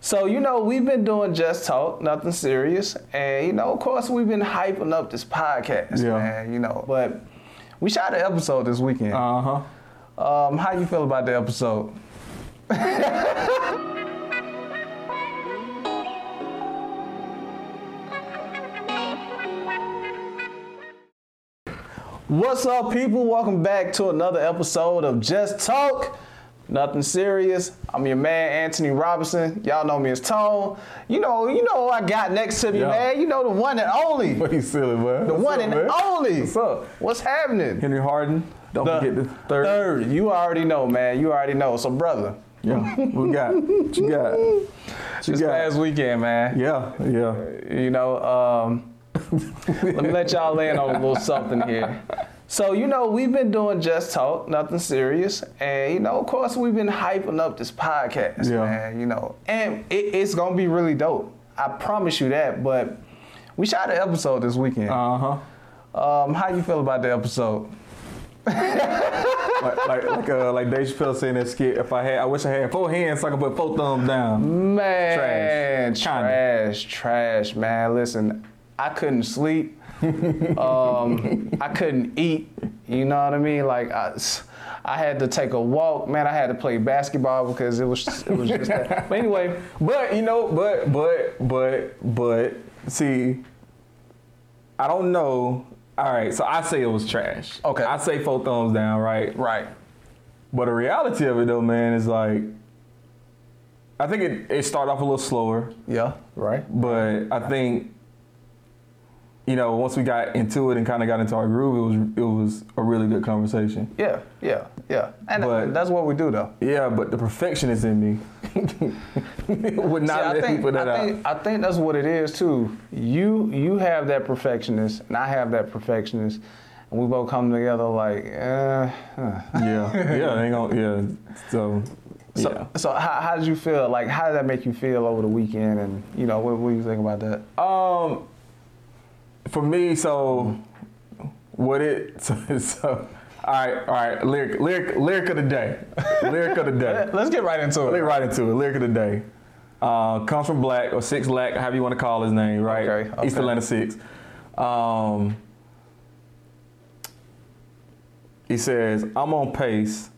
So, you know, we've been doing Just Talk, nothing serious. And, you know, of course, we've been hyping up this podcast, Yeah. man, you know. But we shot an episode this weekend. Uh huh. Um, how you feel about the episode? What's up, people? Welcome back to another episode of Just Talk. Nothing serious. I'm your man, Anthony Robinson. Y'all know me as Tone. You know, you know who I got next to me, Yeah. man. You know the one and only. The What you silly, man? The one and only. What's up? What's happening? Henry Harden. Don't forget the third. You already know, man. You already know. So, brother, Yeah. What got? What you got? What you this got? past weekend, man. Yeah, yeah. You know, um, let me let y'all land on a little something here. So, you know, we've been doing Just Talk, nothing serious. And, you know, of course, we've been hyping up this podcast, Yeah. man, you know. And it, it's going to be really dope. I promise you that. But we shot an episode this weekend. Uh huh. Um, how you feel about the episode? Like like like, uh, like Dave Chappelle saying that skit. If I had, I wish I had four hands so I could put four thumbs down. Man, Trash. trash, Kinda. trash, man. Listen, I couldn't sleep. um, I couldn't eat. You know what I mean? Like I, I had to take a walk, man. I had to play basketball because it was it was just that. But anyway, But you know, but but but but see, I don't know. All right, so I say it was trash. Okay. I say four thumbs down, right? right. But the reality of it though, man, is like I think it, it started off a little slower, Yeah, right. but I think you know, once we got into it and kind of got into our groove, it was it was a really good conversation. Yeah, yeah, yeah. And But- that's what we do though. Yeah, but the perfectionist in me would not See, let me put that I out. think, I think that's what it is too. You you have that perfectionist, and I have that perfectionist, and we both come together like, eh, huh. yeah, yeah, ain't gonna, yeah. So, So, yeah. so how, how did you feel? Like, how did that make you feel over the weekend? And you know, what, what do you think about that? Um, for me, so what it so, so all right, all right. Lyric, lyric, lyric of the day. lyric of the day. Let's get right into Let's get right into it. Lyric of the day. Uh, comes from Black or Six Black, however you want to call his name, right? Okay, okay. East Atlanta Six. Um, he says, "I'm on pace.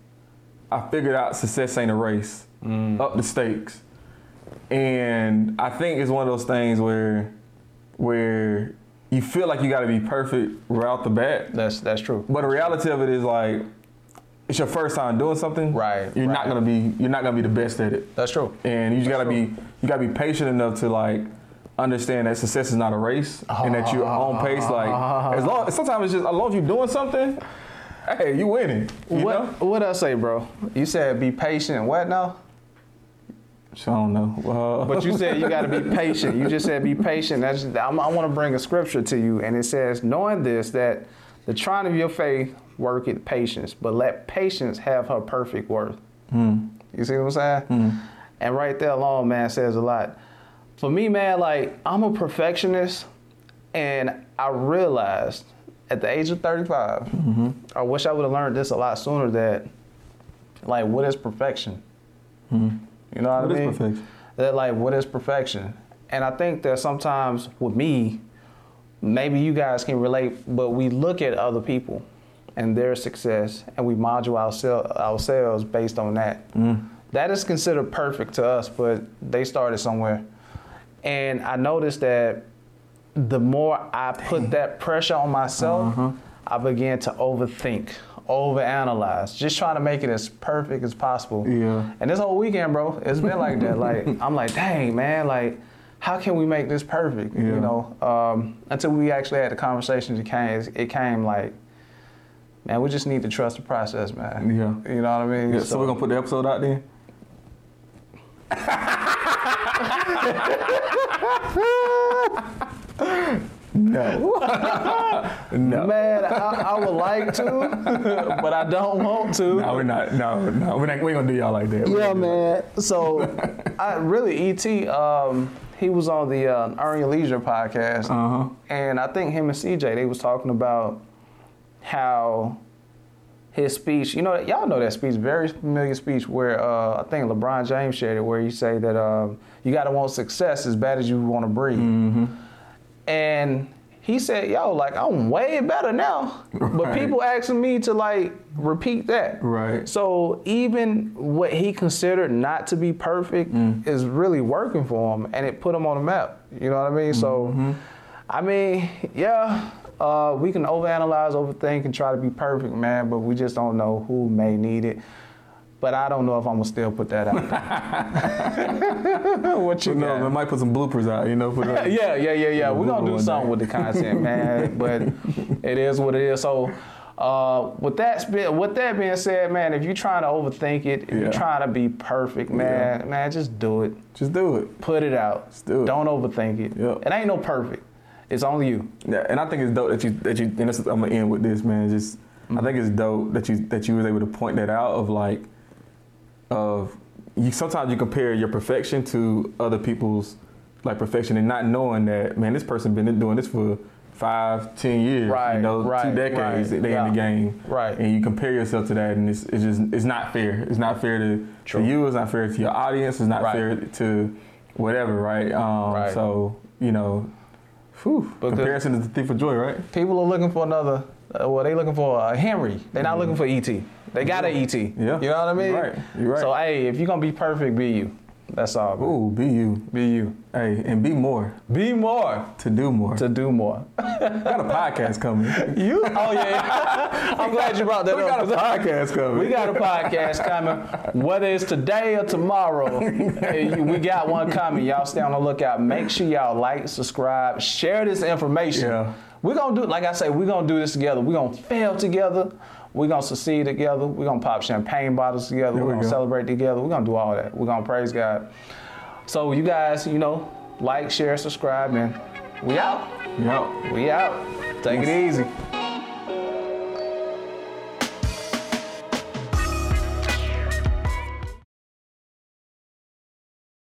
I figured out success ain't a race. Mm. Up the stakes." And I think it's one of those things where, where you feel like you got to be perfect right off the bat. That's that's true. But the reality of it is like, it's your first time doing something. Right, You're not right. gonna be. You're not gonna be the best at it. That's true. And you just gotta be. You gotta be patient enough to like understand that success is not a race, and that you're on pace. Like as long. Sometimes it's just as long as you're doing something. Hey, you winning. You know. What what I say, bro? You said be patient. and What now? So I don't know. Uh, But you said you got to be patient. You just said be patient. That's, I'm, I want to bring a scripture to you, and it says, knowing this, that the trying of your faith worketh patience, but let patience have her perfect worth. Hmm. You see what I'm saying? And right there alone, man, says a lot. For me, man, like I'm a perfectionist, and I realized at the age of 35, Mm-hmm. I wish I would have learned this a lot sooner. That, like, what is perfection? You know what, I Hmm. What is mean? perfection? That like, what is perfection? And I think that sometimes with me, maybe you guys can relate, but we look at other people and their success, and we model oursel- ourselves based on that. That is considered perfect to us, but they started somewhere. And I noticed that the more I put that pressure on myself, I began to overthink, overanalyze, just trying to make it as perfect as possible. Yeah. And this whole weekend, bro, it's been like that. Like I'm like, dang, man, like how can we make this perfect? Yeah. You know, um, until we actually had the conversations, it came, it came like, man, we just need to trust the process, man. Yeah. You know what I mean? yeah, so we're gonna put the episode out there. no. no. Man, I, I would like to, but I don't want to. No, we're not. No, no, we're not. We're gonna do y'all like that. We're Yeah, not doing man. So, I really ET. Um, he was on the uh, Earn Your Leisure podcast, Uh-huh. and I think him and CJ they was talking about how his speech. You know, y'all know that speech, very familiar speech where uh, I think LeBron James shared it, where he say that um, you got to want success as bad as you want to breathe. Mm-hmm. And he said, "Yo, like I'm way better now," but Right. people asking me to like repeat that. Right. So even what he considered not to be perfect is really working for him, and it put him on the map. You know what I mean? So, I mean, yeah, uh, we can overanalyze, overthink, and try to be perfect, man. But we just don't know who may need it. But I don't know if I'm gonna still put that out. there. what you But know? no, we might put some bloopers out, you know, for the yeah, yeah, yeah, yeah. We're gonna Google do one something day. with the content, man. but it is what it is. So, uh, with that sp- with that being said, man, if you're trying to overthink it, if Yeah. you're trying to be perfect, man, man, just do it. Just do it. Put it out. do it. not overthink it. Yep. It ain't no perfect. It's only you. Yeah, and I think it's dope that you that you. And this, I'm gonna end with this, man. Just Mm-hmm. I think it's dope that you that you was able to point that out of like, of you. Sometimes you compare your perfection to other people's like perfection, and not knowing that man, this person been doing this for five, ten years, Right, you know, right, two decades. right, they yeah. in the game, Right. And you compare yourself to that, and it's, it's just it's not fair. It's not fair to, to True. you. It's not fair to your audience. It's not Right. fair to whatever, right? Um, Right. So you know. Whew, Because- comparison is the thief of joy, right? People are looking for another. Uh, well, they looking for a Henry. They're not looking for ET. They got an ET. You know Mm-hmm. Yeah. what I mean? You're right. You're right. So hey, if you're gonna be perfect, be you. That's all. man. Ooh, be you. Be you. Hey, and be more. Be more To do more. to do more. got a podcast coming. we You? Oh yeah. yeah. I'm glad you brought that got up. a podcast coming. we got a podcast coming, whether it's today or tomorrow. eh, you- we got one coming. Y'all stay on the lookout. Make sure y'all like, subscribe, share this information. Yeah. We're gonna do, like I say, we're gonna do this together. We're gonna fail together. We're gonna succeed together. We're gonna pop champagne bottles together. There We're we gonna go. celebrate together. We're gonna do all that. We're gonna praise God. So you guys, you know, like, share, subscribe, and we out. Yep. We out. Take it easy.